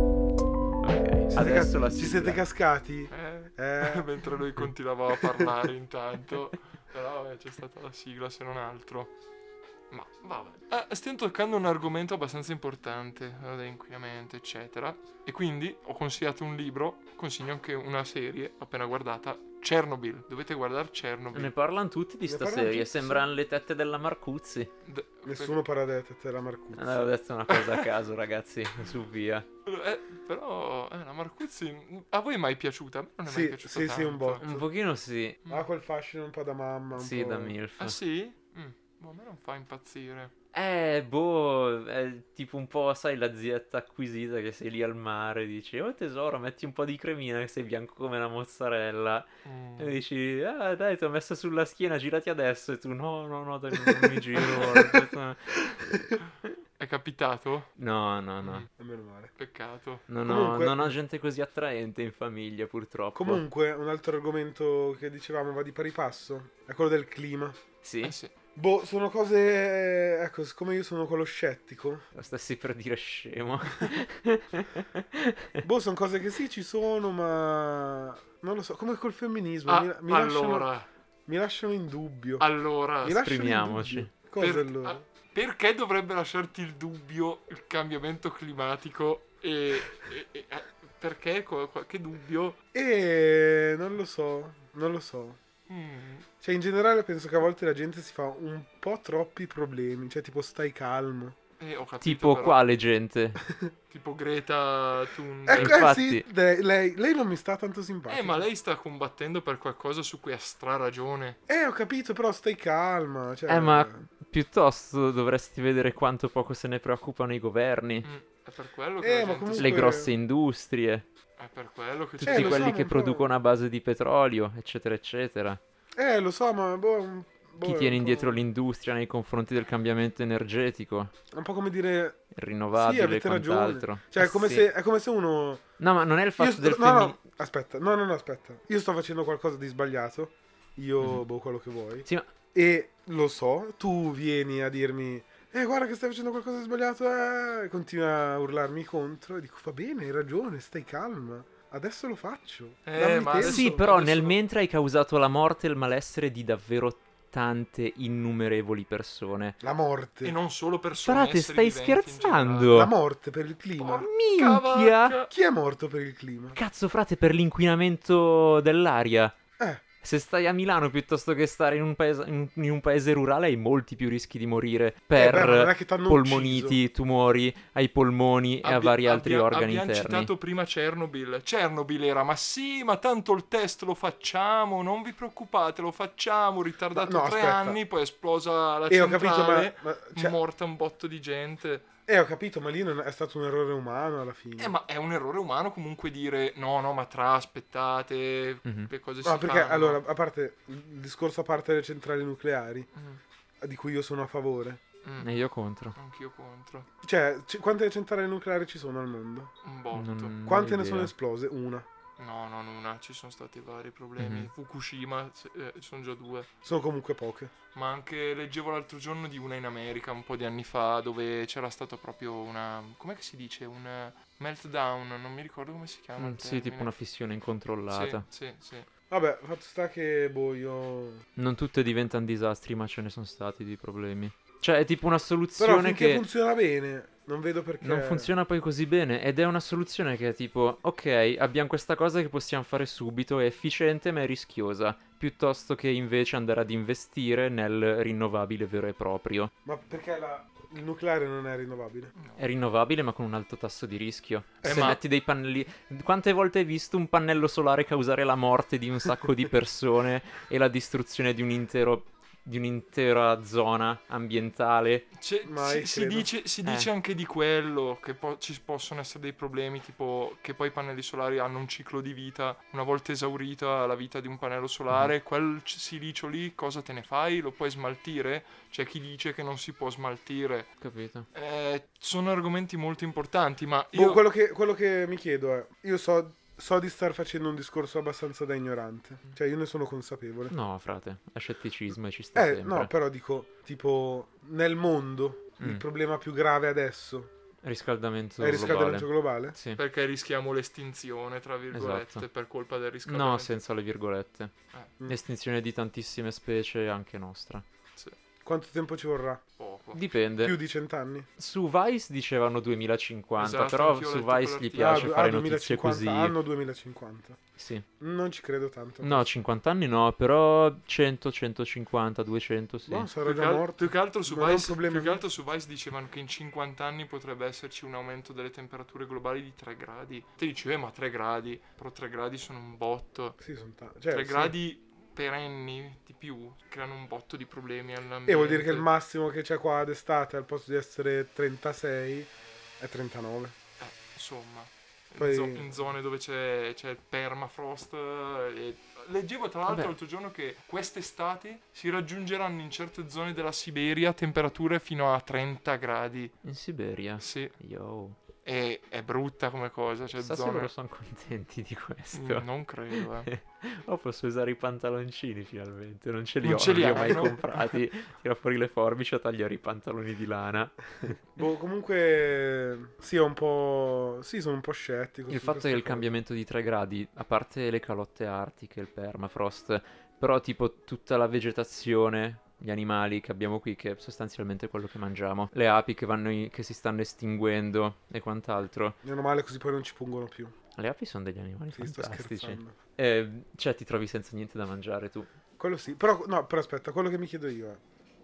Speaker 3: Ok,
Speaker 1: Siete
Speaker 3: adesso
Speaker 1: ca-
Speaker 3: la
Speaker 1: Ci
Speaker 3: sigla.
Speaker 1: siete cascati?
Speaker 2: Eh,
Speaker 1: Eh.
Speaker 2: [LAUGHS]
Speaker 1: [LAUGHS]
Speaker 2: mentre lui continuava a parlare intanto. Però vabbè, c'è stata la sigla se non altro. Ma vabbè. Eh, stiamo toccando un argomento abbastanza importante, eh, dell'inquinamento, eccetera. E quindi ho consigliato un libro, consiglio anche una serie appena guardata, Chernobyl. Dovete guardare Chernobyl.
Speaker 3: Ne parlano tutti di
Speaker 1: Ne
Speaker 3: sta
Speaker 1: parlano
Speaker 3: serie,
Speaker 1: tutti, sì.
Speaker 3: sembrano le tette della Marcuzzi.
Speaker 2: D-
Speaker 1: Nessuno parla della tette della Marcuzzi.
Speaker 3: Allora, ho detto una cosa a caso, ragazzi, su via.
Speaker 2: Eh, però eh, la Marcuzzi a voi è mai piaciuta? A me non è
Speaker 1: Sì,
Speaker 2: mai piaciuta
Speaker 1: sì, sì, un
Speaker 2: tanto.
Speaker 1: botto.
Speaker 3: Un pochino sì,
Speaker 1: Ha Ah, quel fascino un po' da mamma. Un
Speaker 3: sì,
Speaker 1: po'... [LAUGHS]
Speaker 3: da MILF.
Speaker 2: Ah sì? Mm, boh, a me non fa impazzire.
Speaker 3: Eh, boh, è tipo un po', sai, la zietta acquisita che sei lì al mare e dici, oh tesoro, metti un po' di cremina che sei bianco come una mozzarella.
Speaker 2: Mm.
Speaker 3: E dici, ah dai, ti ho messo sulla schiena, girati adesso. E tu, no, no, no, dai, non non mi giro. guarda."
Speaker 2: È capitato?
Speaker 3: No, no,
Speaker 2: Mm.
Speaker 3: no.
Speaker 1: E [LAUGHS] meno male.
Speaker 2: Peccato.
Speaker 3: Non ho,
Speaker 1: Comunque-
Speaker 3: non ho gente così attraente in famiglia, purtroppo.
Speaker 1: Comunque, un altro argomento che dicevamo va di pari passo è quello del clima.
Speaker 3: Sì,
Speaker 2: Eh sì.
Speaker 1: Boh, sono cose. Ecco, siccome io sono quello scettico,
Speaker 3: lo stessi per
Speaker 1: [LAUGHS]
Speaker 3: dire scemo.
Speaker 1: boh, sono cose che sì, ci sono, ma. Non lo so, come col femminismo.
Speaker 2: Ah,
Speaker 1: mi, mi lasciano,
Speaker 2: allora,
Speaker 1: mi lasciano in dubbio.
Speaker 2: allora,
Speaker 1: mi lasciano in
Speaker 3: esprimiamoci.
Speaker 1: dubbio. Cosa
Speaker 2: per-
Speaker 1: allora?
Speaker 2: ah, perché dovrebbe lasciarti il dubbio il cambiamento climatico e, e- e- eh, perché Co- qualche dubbio?
Speaker 1: E non lo so, non lo so.
Speaker 2: Mm,
Speaker 1: Cioè, in generale penso che a volte la gente si fa un po' troppi problemi. Cioè, tipo, stai calmo.
Speaker 2: eh, ho capito,
Speaker 3: Tipo
Speaker 2: però.
Speaker 3: quale gente?
Speaker 2: Tipo Greta Thunberg.
Speaker 1: Ecco, eh sì,
Speaker 3: infatti-
Speaker 1: lei, lei- lei non mi sta tanto simpatica.
Speaker 2: Eh, ma lei sta combattendo per qualcosa su cui ha stra ragione.
Speaker 1: Eh, ho capito, però stai calma. Cioè...
Speaker 3: Eh, ma piuttosto dovresti vedere quanto poco se ne preoccupano i governi,
Speaker 2: Mm, è per
Speaker 1: Eh,
Speaker 2: quello che la
Speaker 1: ma
Speaker 2: gente
Speaker 1: comunque-
Speaker 3: le
Speaker 2: si-
Speaker 3: grosse industrie,
Speaker 2: è per quello che
Speaker 1: Eh,
Speaker 3: tutti
Speaker 1: lo
Speaker 3: quelli
Speaker 1: so, ma
Speaker 3: che
Speaker 1: un po'-
Speaker 3: producono a base di petrolio, eccetera, eccetera.
Speaker 1: Eh, lo so, ma... Boh, è un- boh, è
Speaker 3: Chi
Speaker 1: un
Speaker 3: tiene
Speaker 1: po'-
Speaker 3: indietro l'industria nei confronti del cambiamento energetico,
Speaker 1: È un po' come dire...
Speaker 3: rinnovabile
Speaker 1: sì,
Speaker 3: e
Speaker 1: avete
Speaker 3: quant'altro.
Speaker 1: ragione. Cioè, è
Speaker 3: Eh
Speaker 1: come,
Speaker 3: sì.
Speaker 1: se, è come se uno...
Speaker 3: No, ma non è il fatto
Speaker 1: Io sto-
Speaker 3: del
Speaker 1: no,
Speaker 3: femminismo.
Speaker 1: no, aspetta. No, no, no, aspetta. Io sto facendo qualcosa di sbagliato. Io,
Speaker 3: Mhm.
Speaker 1: boh, quello che vuoi.
Speaker 3: Sì, ma...
Speaker 1: E lo so, tu vieni a dirmi... Eh, guarda che stai facendo qualcosa di sbagliato, eh, e continui a urlarmi contro. E dico, va bene, hai ragione, stai calma. Adesso lo faccio.
Speaker 2: Eh,
Speaker 1: Dammi
Speaker 2: ma
Speaker 1: tempo."
Speaker 2: Adesso-
Speaker 3: Sì, però nel
Speaker 2: adesso-
Speaker 3: mentre hai causato la morte e il malessere di davvero tante innumerevoli persone.
Speaker 1: La morte.
Speaker 2: E non solo persone.
Speaker 3: Frate,
Speaker 2: esseri
Speaker 3: stai
Speaker 2: viventi in
Speaker 3: scherzando?
Speaker 2: generale.
Speaker 1: La morte per il clima.
Speaker 2: Porca
Speaker 3: Minchia!
Speaker 2: vacca.
Speaker 1: Chi è morto per il clima?
Speaker 3: Cazzo, frate, per l'inquinamento dell'aria.
Speaker 1: Eh,
Speaker 3: Se stai a Milano piuttosto che stare in un paese, in- in un paese rurale hai molti più rischi di morire per
Speaker 1: Eh beh, ma non è che t'hanno
Speaker 3: polmoniti, tumori ai polmoni e a
Speaker 2: Abbi-
Speaker 3: vari altri
Speaker 2: abbia-
Speaker 3: organi
Speaker 2: abbiamo
Speaker 3: interni.
Speaker 2: citato prima Chernobyl. Chernobyl era, ma sì, ma tanto il test lo facciamo, non vi preoccupate, lo facciamo, ritardato
Speaker 1: No, no,
Speaker 2: tre
Speaker 1: aspetta.
Speaker 2: anni, poi è esplosa la
Speaker 1: Eh, ho
Speaker 2: centrale,
Speaker 1: capito, ma, ma- cioè,
Speaker 2: morta un botto di gente.
Speaker 1: eh, ho capito, ma lì non è stato un errore umano alla fine.
Speaker 2: Eh, ma è un errore umano comunque dire, no, no, ma tra, aspettate,
Speaker 3: Mhm.
Speaker 2: le cose
Speaker 1: No,
Speaker 2: si
Speaker 1: perché
Speaker 2: fanno.
Speaker 1: allora, a parte il discorso a parte delle centrali nucleari,
Speaker 2: Mm.
Speaker 1: di cui io sono a favore,
Speaker 2: Mm,
Speaker 3: E Eh, io contro.
Speaker 2: Anch'io contro.
Speaker 1: Cioè, c- quante centrali nucleari ci sono al mondo?
Speaker 2: Un botto.
Speaker 3: Non-
Speaker 1: Quante
Speaker 3: ho
Speaker 1: ne
Speaker 3: idea.
Speaker 1: sono esplose? Una.
Speaker 2: No, non una, ci sono stati vari problemi.
Speaker 3: Mhm.
Speaker 2: Fukushima, se- eh, ci sono già due.
Speaker 1: Sono comunque poche.
Speaker 2: Ma anche leggevo l'altro giorno di una in America, un po' di anni fa, dove c'era stato proprio una... Com'è che si dice? Un eh, meltdown, non mi ricordo come si chiama.
Speaker 3: Mm,
Speaker 2: il
Speaker 1: Eh,
Speaker 3: Sì, tipo
Speaker 2: termine.
Speaker 3: una fissione incontrollata.
Speaker 2: Sì, sì, sì.
Speaker 1: Vabbè, fatto sta che, boh, io...
Speaker 3: Non tutte diventano disastri, ma ce ne sono stati di problemi. Cioè, è tipo una
Speaker 1: Però
Speaker 3: soluzione
Speaker 1: finché
Speaker 3: che
Speaker 1: funziona bene, non vedo perché...
Speaker 3: non funziona poi così bene. Ed è una soluzione che è tipo, ok, abbiamo questa cosa che possiamo fare subito, è efficiente ma è rischiosa. Piuttosto che invece andare ad investire nel rinnovabile vero e proprio.
Speaker 1: Ma perché la- il nucleare non è rinnovabile?
Speaker 2: No.
Speaker 3: È rinnovabile ma con un alto tasso di rischio.
Speaker 2: Eh,
Speaker 3: Se
Speaker 2: ma-
Speaker 3: metti dei pannelli... Quante volte hai visto un pannello solare causare la morte di un sacco di persone [LAUGHS] e la distruzione di un intero... di un'intera zona ambientale?
Speaker 2: C'è-
Speaker 1: Mai,
Speaker 2: si, si
Speaker 1: credo.
Speaker 2: dice, si
Speaker 3: Eh.
Speaker 2: dice anche di quello che po- ci possono essere dei problemi, tipo che poi i pannelli solari hanno un ciclo di vita. Una volta esaurita la vita di un pannello solare,
Speaker 3: Mm-hmm.
Speaker 2: quel c- silicio lì cosa te ne fai? Lo puoi smaltire? C'è chi dice che non si può smaltire.
Speaker 3: Capito?
Speaker 2: Eh, sono argomenti molto importanti, ma
Speaker 1: Boh,
Speaker 2: io...
Speaker 1: quello, che, quello che mi chiedo è, io so, so di star facendo un discorso abbastanza da ignorante, cioè io ne sono consapevole.
Speaker 3: No, frate, è scetticismo e ci sta
Speaker 1: eh,
Speaker 3: sempre.
Speaker 1: no, però dico, tipo, nel mondo
Speaker 3: Mm.
Speaker 1: il problema più grave adesso
Speaker 3: Riscaldamento
Speaker 1: è il riscaldamento
Speaker 3: globale.
Speaker 1: globale?
Speaker 3: Sì.
Speaker 2: Perché rischiamo l'estinzione, tra virgolette,
Speaker 3: Esatto.
Speaker 2: per colpa del riscaldamento.
Speaker 3: No, senza le virgolette.
Speaker 2: Eh,
Speaker 1: Mm.
Speaker 3: L'estinzione di tantissime specie, anche nostra.
Speaker 2: sì,
Speaker 1: Quanto tempo ci vorrà?
Speaker 2: poco.
Speaker 3: Dipende.
Speaker 1: Più di cent'anni?
Speaker 3: Su Vice dicevano 2050,
Speaker 2: Esatto,
Speaker 3: però
Speaker 2: anch'io ho
Speaker 3: su
Speaker 2: letto
Speaker 3: Vice gli
Speaker 2: quell'articolo.
Speaker 3: piace
Speaker 1: Ah, du- ah,
Speaker 3: fare notizie così.
Speaker 1: anno 2050.
Speaker 3: Sì.
Speaker 1: Non ci credo tanto.
Speaker 3: No, 50 anni no, però 100, 150, 200 sì.
Speaker 1: No, sarò
Speaker 2: Più che,
Speaker 1: già
Speaker 2: al-
Speaker 1: morto.
Speaker 2: più che altro su
Speaker 1: Non ho
Speaker 2: Vice,
Speaker 1: problemi.
Speaker 2: più che altro su Vice dicevano che in 50 anni potrebbe esserci un aumento delle temperature globali di 3 gradi. Te dici, eh, ma 3 gradi, però 3 gradi sono un botto.
Speaker 1: Eh, Sì, sono tanti.
Speaker 2: 3 gradi perenni di più creano un botto di problemi all'ambiente.
Speaker 1: E vuol dire che il massimo che c'è qua d'estate al posto di essere 36 è 39.
Speaker 2: Eh, insomma, in
Speaker 1: Poi-
Speaker 2: zo- in zone dove c'è, c'è il permafrost. eh, e- Leggevo tra l'altro
Speaker 3: Vabbè.
Speaker 2: l'altro giorno che quest'estate si raggiungeranno in certe zone della Siberia temperature fino a 30 gradi.
Speaker 3: In Siberia.
Speaker 2: Sì,
Speaker 3: Yo.
Speaker 2: e è brutta come cosa. Cioè,
Speaker 3: Chissà se
Speaker 2: zone...
Speaker 3: loro sono contenti di questo.
Speaker 2: Mm, Non credo,
Speaker 3: [LAUGHS]
Speaker 2: eh.
Speaker 3: Oh, posso usare i pantaloncini finalmente, non ce li
Speaker 2: Non
Speaker 3: ho,
Speaker 2: ce li
Speaker 3: non li ho
Speaker 2: hai,
Speaker 3: mai
Speaker 2: no?
Speaker 3: comprati. Tira fuori le forbici a tagliare i pantaloni
Speaker 2: [LAUGHS]
Speaker 3: di lana.
Speaker 1: Boh, comunque sì, è un po' sì, sono un po' scettico.
Speaker 3: Il
Speaker 1: su
Speaker 3: fatto è
Speaker 1: questa
Speaker 3: che il
Speaker 1: cosa.
Speaker 3: cambiamento di 3 gradi, a parte le calotte artiche, il permafrost, però tipo tutta la vegetazione, gli animali che abbiamo qui, che è sostanzialmente quello che mangiamo, le api che, vanno in- che si stanno estinguendo e quant'altro.
Speaker 1: Meno male così poi non ci pungono più.
Speaker 3: Le api sono degli animali
Speaker 1: Sì, sto
Speaker 3: fantastici.
Speaker 1: scherzando.
Speaker 3: Eh, cioè ti trovi senza niente da mangiare tu.
Speaker 1: Quello sì, però no, però aspetta, quello che mi chiedo io è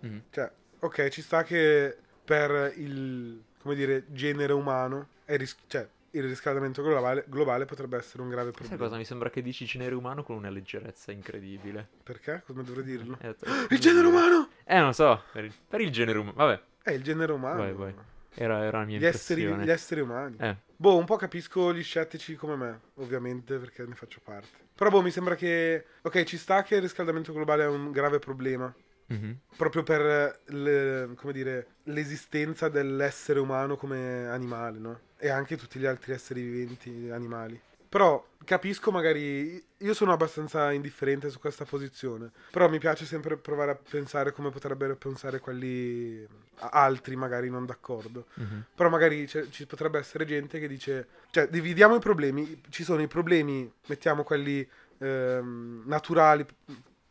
Speaker 3: Mm.
Speaker 1: Cioè, ok, ci sta che per il, come dire, genere umano, è ris- cioè, il riscaldamento globale, globale potrebbe essere un grave
Speaker 3: Sai
Speaker 1: problema.
Speaker 3: cosa? Mi sembra che dici genere umano con una leggerezza incredibile.
Speaker 1: Perché? Come dovrei dirlo?
Speaker 3: Eh, detto,
Speaker 1: [GASPS] Il genere umano!
Speaker 3: Eh, non so, per il, per il genere umano. Vabbè,
Speaker 1: È il genere umano.
Speaker 3: Vai, vai. era, era la mia
Speaker 1: Gli esseri,
Speaker 3: impressione.
Speaker 1: gli esseri umani.
Speaker 3: Eh.
Speaker 1: Boh, un po' capisco gli scettici come me, ovviamente, perché ne faccio parte. Però boh, mi sembra che... Ok, ci sta che il riscaldamento globale è un grave problema.
Speaker 3: mhm.
Speaker 1: Proprio per le- come dire, l'esistenza dell'essere umano come animale, no? E anche tutti gli altri esseri viventi animali. Però capisco magari. Io sono abbastanza indifferente su questa posizione. Però mi piace sempre provare a pensare come potrebbero pensare quelli a- altri, magari non d'accordo.
Speaker 3: Mhm.
Speaker 1: Però magari c'è- ci potrebbe essere gente che dice. Cioè, dividiamo i problemi. Ci sono i problemi, mettiamo quelli ehm, naturali,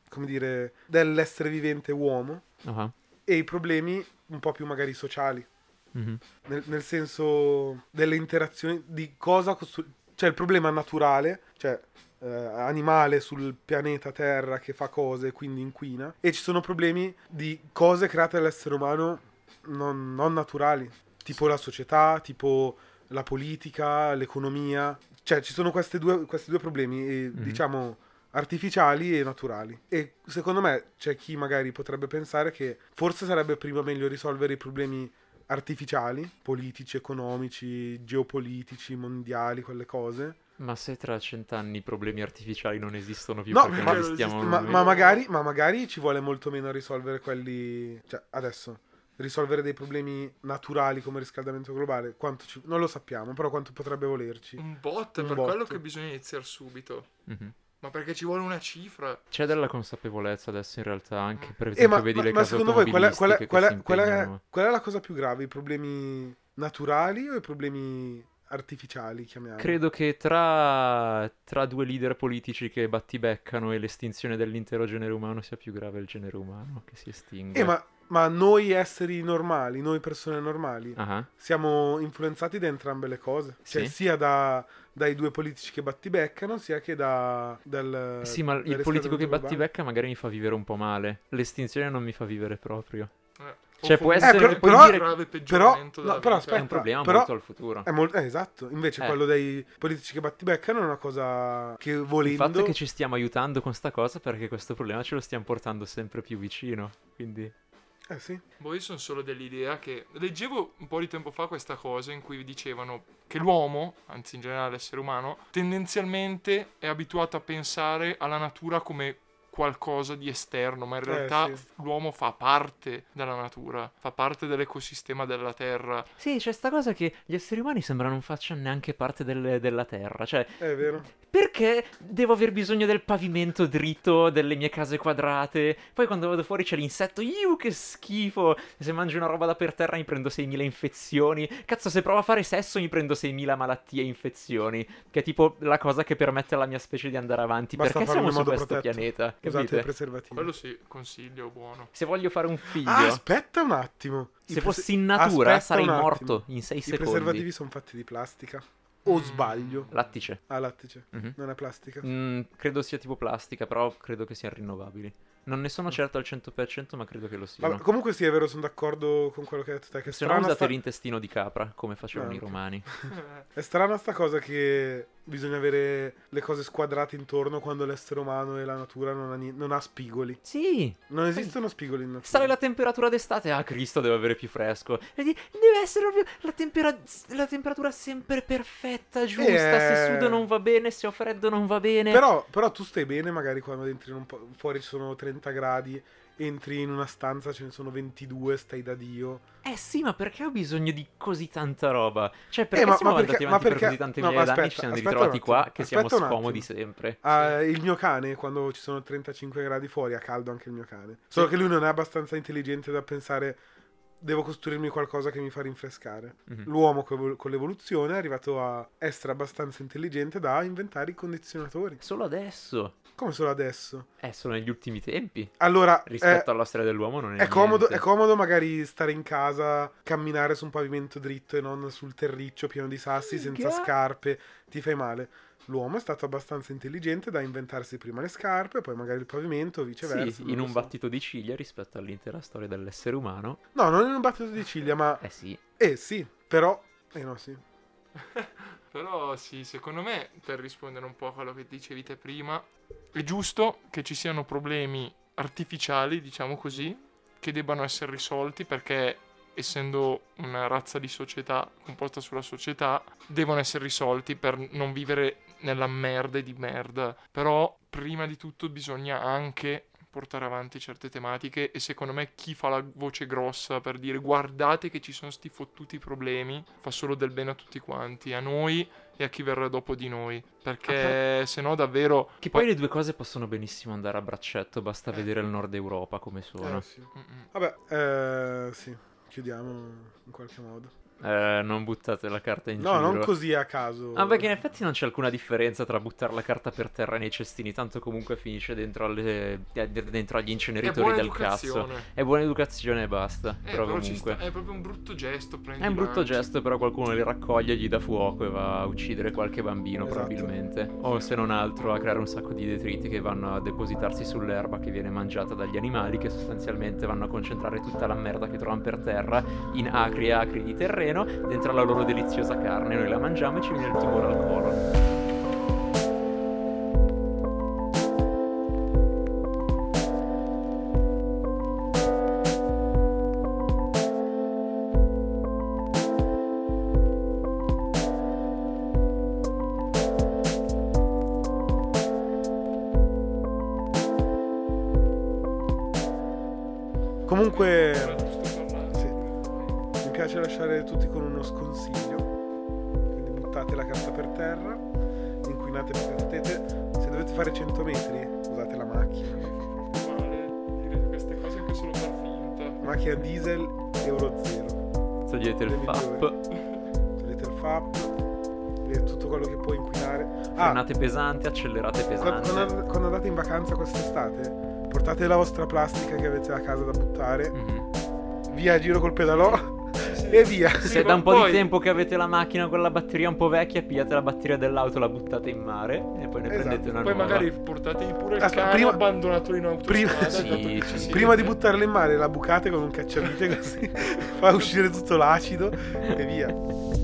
Speaker 1: come dire, dell'essere vivente uomo
Speaker 3: Ah,
Speaker 1: e i problemi un po' più magari sociali,
Speaker 3: mhm.
Speaker 1: nel, nel senso delle interazioni, di cosa costru- cioè il problema naturale, cioè eh, animale sul pianeta Terra che fa cose e quindi inquina, e ci sono problemi di cose create dall'essere umano non, non naturali, tipo la società, tipo la politica, l'economia, cioè ci sono queste due, questi due problemi, eh,
Speaker 3: Mhm.
Speaker 1: diciamo artificiali e naturali. E secondo me c'è chi magari potrebbe pensare che forse sarebbe prima meglio risolvere i problemi artificiali, politici, economici, geopolitici, mondiali, quelle cose.
Speaker 3: Ma se tra cent'anni i problemi artificiali non esistono più
Speaker 1: No,
Speaker 3: perché
Speaker 1: ma-
Speaker 3: non li stiamo
Speaker 2: Secondo
Speaker 1: Ma,
Speaker 2: me-
Speaker 1: ma magari, ma magari ci vuole molto meno a risolvere quelli... Cioè, adesso, risolvere dei problemi naturali come il riscaldamento globale, quanto ci- non lo sappiamo, però quanto potrebbe
Speaker 3: Mm.
Speaker 1: volerci. Eh,
Speaker 2: Un bot,
Speaker 1: Un
Speaker 2: per
Speaker 1: bot.
Speaker 2: quello che bisogna iniziare subito.
Speaker 3: Mhm.
Speaker 2: Ma perché ci vuole una cifra?
Speaker 3: C'è della consapevolezza adesso in realtà anche per
Speaker 1: Eh,
Speaker 3: esempio
Speaker 1: ma,
Speaker 3: vedi
Speaker 1: ma-
Speaker 3: le
Speaker 1: ma
Speaker 3: case
Speaker 1: secondo voi qual è, qual è-
Speaker 3: automobilistiche
Speaker 1: qual è-
Speaker 3: che si
Speaker 1: qual è-
Speaker 3: impegnano.
Speaker 1: qual è la cosa più grave? I problemi naturali o i problemi artificiali, chiamiamoli?
Speaker 3: Credo che tra, tra due leader politici che battibeccano e l'estinzione dell'intero genere umano sia più grave il genere umano che si estingue.
Speaker 1: Eh, ma, ma noi esseri normali, noi persone normali,
Speaker 3: Ah,
Speaker 1: siamo influenzati da entrambe le cose. Cioè,
Speaker 3: Sì.
Speaker 1: sia da- dai due politici che battibeccano, sia che da, dal.
Speaker 3: Sì, ma
Speaker 1: dal
Speaker 3: il politico che
Speaker 1: riscaldamento globale.
Speaker 3: battibecca magari mi fa vivere un po' male. L'estinzione non mi fa vivere proprio.
Speaker 2: Eh,
Speaker 3: Cioè,
Speaker 2: o
Speaker 3: può
Speaker 2: comunque
Speaker 3: essere-
Speaker 2: un
Speaker 1: Eh, però-
Speaker 2: grave
Speaker 1: però- però-
Speaker 2: peggioramento della
Speaker 1: no, però
Speaker 2: vita.
Speaker 3: È un
Speaker 1: aspetta.
Speaker 3: problema
Speaker 1: Eh, però-
Speaker 3: molto al futuro.
Speaker 1: È molto- eh, esatto, invece
Speaker 3: Eh.
Speaker 1: quello dei politici che battibeccano è una cosa che volendo.
Speaker 3: Il fatto è che ci stiamo aiutando con sta cosa perché questo problema ce lo stiamo portando sempre più vicino. Quindi,
Speaker 1: Eh sì.
Speaker 2: Boh, io sono solo dell'idea che leggevo un po' di tempo fa questa cosa in cui dicevano che l'uomo, anzi in generale l'essere umano, tendenzialmente è abituato a pensare alla natura come qualcosa di esterno, ma in
Speaker 1: Eh,
Speaker 2: realtà
Speaker 1: sì.
Speaker 2: l'uomo fa parte della natura, fa parte dell'ecosistema della Terra.
Speaker 3: sì, c'è sta cosa che gli esseri umani sembra non facciano neanche parte del- della terra. Cioè,
Speaker 1: È vero.
Speaker 3: Perché devo aver bisogno del pavimento dritto, delle mie case quadrate? Poi quando vado fuori c'è l'insetto, iu che schifo! Se mangio una roba da per terra mi prendo 6.000 infezioni. Cazzo, se provo a fare sesso mi prendo 6.000 malattie e infezioni. Che è tipo la cosa che permette alla mia specie di andare avanti.
Speaker 1: Basta
Speaker 3: Perché
Speaker 1: farlo
Speaker 3: siamo
Speaker 1: in
Speaker 3: su
Speaker 1: modo
Speaker 3: questo
Speaker 1: protetto. Esatto,
Speaker 3: pianeta?
Speaker 1: Usate i
Speaker 3: Capite?
Speaker 1: preservativi.
Speaker 2: Quello sì, consiglio buono. [LAUGHS]
Speaker 3: Se voglio fare un figlio,
Speaker 1: Ah, aspetta un attimo. I prese-
Speaker 3: se fossi in natura
Speaker 1: aspetta
Speaker 3: sarei
Speaker 1: un attimo.
Speaker 3: morto in 6
Speaker 1: I preservativi
Speaker 3: secondi.
Speaker 1: sono fatti di plastica. O
Speaker 2: Mm.
Speaker 1: sbaglio?
Speaker 3: Lattice.
Speaker 1: Ah, lattice.
Speaker 3: Mhm.
Speaker 1: Non è plastica.
Speaker 3: Mm, credo sia tipo plastica, però credo che siano rinnovabili. Non ne sono certo al 100%, ma credo che lo siano.
Speaker 1: Mm. Vabbè, comunque sì, è vero, sono d'accordo con quello che hai detto te. Che è
Speaker 3: Se no
Speaker 1: strana,
Speaker 3: usate
Speaker 1: sta...
Speaker 3: l'intestino di capra, come facevano
Speaker 1: Ah,
Speaker 3: i
Speaker 1: ok. [LAUGHS]
Speaker 3: romani.
Speaker 1: è strana sta cosa che bisogna avere le cose squadrate intorno quando l'essere umano e la natura non ha, ni- non ha spigoli.
Speaker 3: Sì,
Speaker 1: Non esistono spigoli in natura.
Speaker 3: sale la temperatura d'estate, ah Cristo deve avere più fresco. E di- Deve essere proprio la, tempera- la temperatura sempre perfetta, giusta, se
Speaker 1: Eh.
Speaker 3: sudo non va bene, se ho freddo non va bene.
Speaker 1: Però, però tu stai bene magari quando entri in un po- fuori ci sono 30 gradi, entri in una stanza ce ne sono 22, stai da Dio.
Speaker 3: Eh sì, ma perché ho bisogno di così tanta roba? Cioè perché
Speaker 1: Eh, ma- ma
Speaker 3: siamo andati
Speaker 1: perché- ma
Speaker 3: avanti
Speaker 1: perché-
Speaker 3: per così tanti
Speaker 1: no,
Speaker 3: migliaia
Speaker 1: ma
Speaker 3: d'anni
Speaker 1: aspetta,
Speaker 3: ci siamo
Speaker 1: aspetta
Speaker 3: ritrovati
Speaker 1: un attimo,
Speaker 3: qua che siamo
Speaker 1: aspetta un
Speaker 3: scomodi
Speaker 1: attimo.
Speaker 3: sempre?
Speaker 1: Ah, il mio cane, quando ci sono 35 gradi fuori, ha caldo anche il mio cane. Solo che lui non è abbastanza intelligente da pensare, devo costruirmi qualcosa che mi fa rinfrescare.
Speaker 3: Mhm.
Speaker 1: L'uomo co- con l'evoluzione è arrivato a essere abbastanza intelligente da inventare i condizionatori.
Speaker 3: Solo adesso,
Speaker 1: Come solo adesso.
Speaker 3: eh solo negli ultimi tempi,
Speaker 1: Allora, è,
Speaker 3: rispetto alla storia dell'uomo non è
Speaker 1: Eh, è comodo,
Speaker 3: niente.
Speaker 1: è comodo magari stare in casa, camminare su un pavimento dritto e non sul terriccio pieno di sassi senza
Speaker 3: Figa.
Speaker 1: scarpe, ti fai male. L'uomo è stato abbastanza intelligente da inventarsi prima le scarpe, poi magari il pavimento, viceversa.
Speaker 3: Sì,
Speaker 1: non
Speaker 3: in
Speaker 1: lo
Speaker 3: un
Speaker 1: so.
Speaker 3: battito di ciglia rispetto all'intera storia dell'essere umano.
Speaker 1: No, non in un battito di ciglia, ma...
Speaker 3: Eh sì.
Speaker 1: Eh sì, però... Eh no, sì.
Speaker 2: Però sì, secondo me, per rispondere un po' a quello che dicevi te prima, è giusto che ci siano problemi artificiali, diciamo così, che debbano essere risolti perché essendo una razza di società composta sulla società, devono essere risolti per non vivere nella merda e di merda. Però prima di tutto bisogna anche portare avanti certe tematiche e secondo me chi fa la voce grossa per dire guardate che ci sono sti fottuti problemi fa solo del bene a tutti quanti, a noi e a chi verrà dopo di noi, perché se no davvero
Speaker 3: Che poi le due cose possono benissimo andare a braccetto, basta
Speaker 2: Eh.
Speaker 3: vedere il nord Europa come sono.
Speaker 1: Eh, sì.
Speaker 2: Mm-mm.
Speaker 1: Vabbè, eh, sì, chiudiamo in qualche modo.
Speaker 3: Eh, non buttate la carta in
Speaker 1: No,
Speaker 3: giro.
Speaker 1: non così a caso.
Speaker 3: Ah, perché in effetti non c'è alcuna differenza tra buttare la carta per terra nei cestini, tanto comunque finisce dentro, alle- eh, dentro agli
Speaker 2: è
Speaker 3: inceneritori
Speaker 2: buona
Speaker 3: del
Speaker 2: educazione.
Speaker 3: cazzo. È buona educazione e basta.
Speaker 2: Eh, però
Speaker 3: però, comunque.
Speaker 2: ci sta- Eh, è proprio un brutto gesto. prendi
Speaker 3: È un brutto
Speaker 2: lanci.
Speaker 3: gesto, però qualcuno li raccoglie, gli dà fuoco e va a uccidere qualche bambino
Speaker 1: Esatto.
Speaker 3: probabilmente. O se non altro a creare un sacco di detriti che vanno a depositarsi sull'erba che viene mangiata dagli animali, che sostanzialmente vanno a concentrare tutta la merda che trovano per terra in acri e acri di terreno, dentro la loro deliziosa carne. Noi la mangiamo e ci viene il tumore al colon.
Speaker 1: Comunque...
Speaker 2: Era giusto parlare.
Speaker 1: Sì. piace lasciare tutti con uno sconsiglio. Quindi buttate la carta per terra, inquinate perché potete. Se dovete fare 100 metri, usate la macchina.
Speaker 2: Mi fa proprio male dire queste cose che sono per finta.
Speaker 1: Macchina diesel, euro zero.
Speaker 3: Togliete il
Speaker 1: Le migliori.
Speaker 3: FAP.
Speaker 1: Togliete il FAP, e tutto quello che può inquinare. Ah,
Speaker 3: Frenate pesanti, accelerate
Speaker 1: quando,
Speaker 3: pesanti.
Speaker 1: quando- quando andate in vacanza quest'estate, portate la vostra plastica che avete a casa da buttare,
Speaker 3: Mhm.
Speaker 1: via a giro col pedalò
Speaker 2: Sì, sì.
Speaker 1: e via.
Speaker 2: Sì,
Speaker 3: Se
Speaker 2: ma
Speaker 3: da un po'
Speaker 2: poi-
Speaker 3: di tempo che avete la macchina con la batteria un po' vecchia, pigliate la batteria dell'auto, la buttate in mare e poi ne
Speaker 1: Esatto.
Speaker 3: prendete una
Speaker 2: Poi
Speaker 3: nuova.
Speaker 2: magari portatevi pure il
Speaker 1: Aspetta,
Speaker 2: cane
Speaker 1: prima-
Speaker 2: abbandonato in autostrada.
Speaker 1: prima-
Speaker 2: dato che
Speaker 3: Sì,
Speaker 2: ci
Speaker 3: sì.
Speaker 2: siete.
Speaker 1: Prima di buttarla [LAUGHS] in mare la bucate con un cacciavite così fa uscire tutto l'acido e via.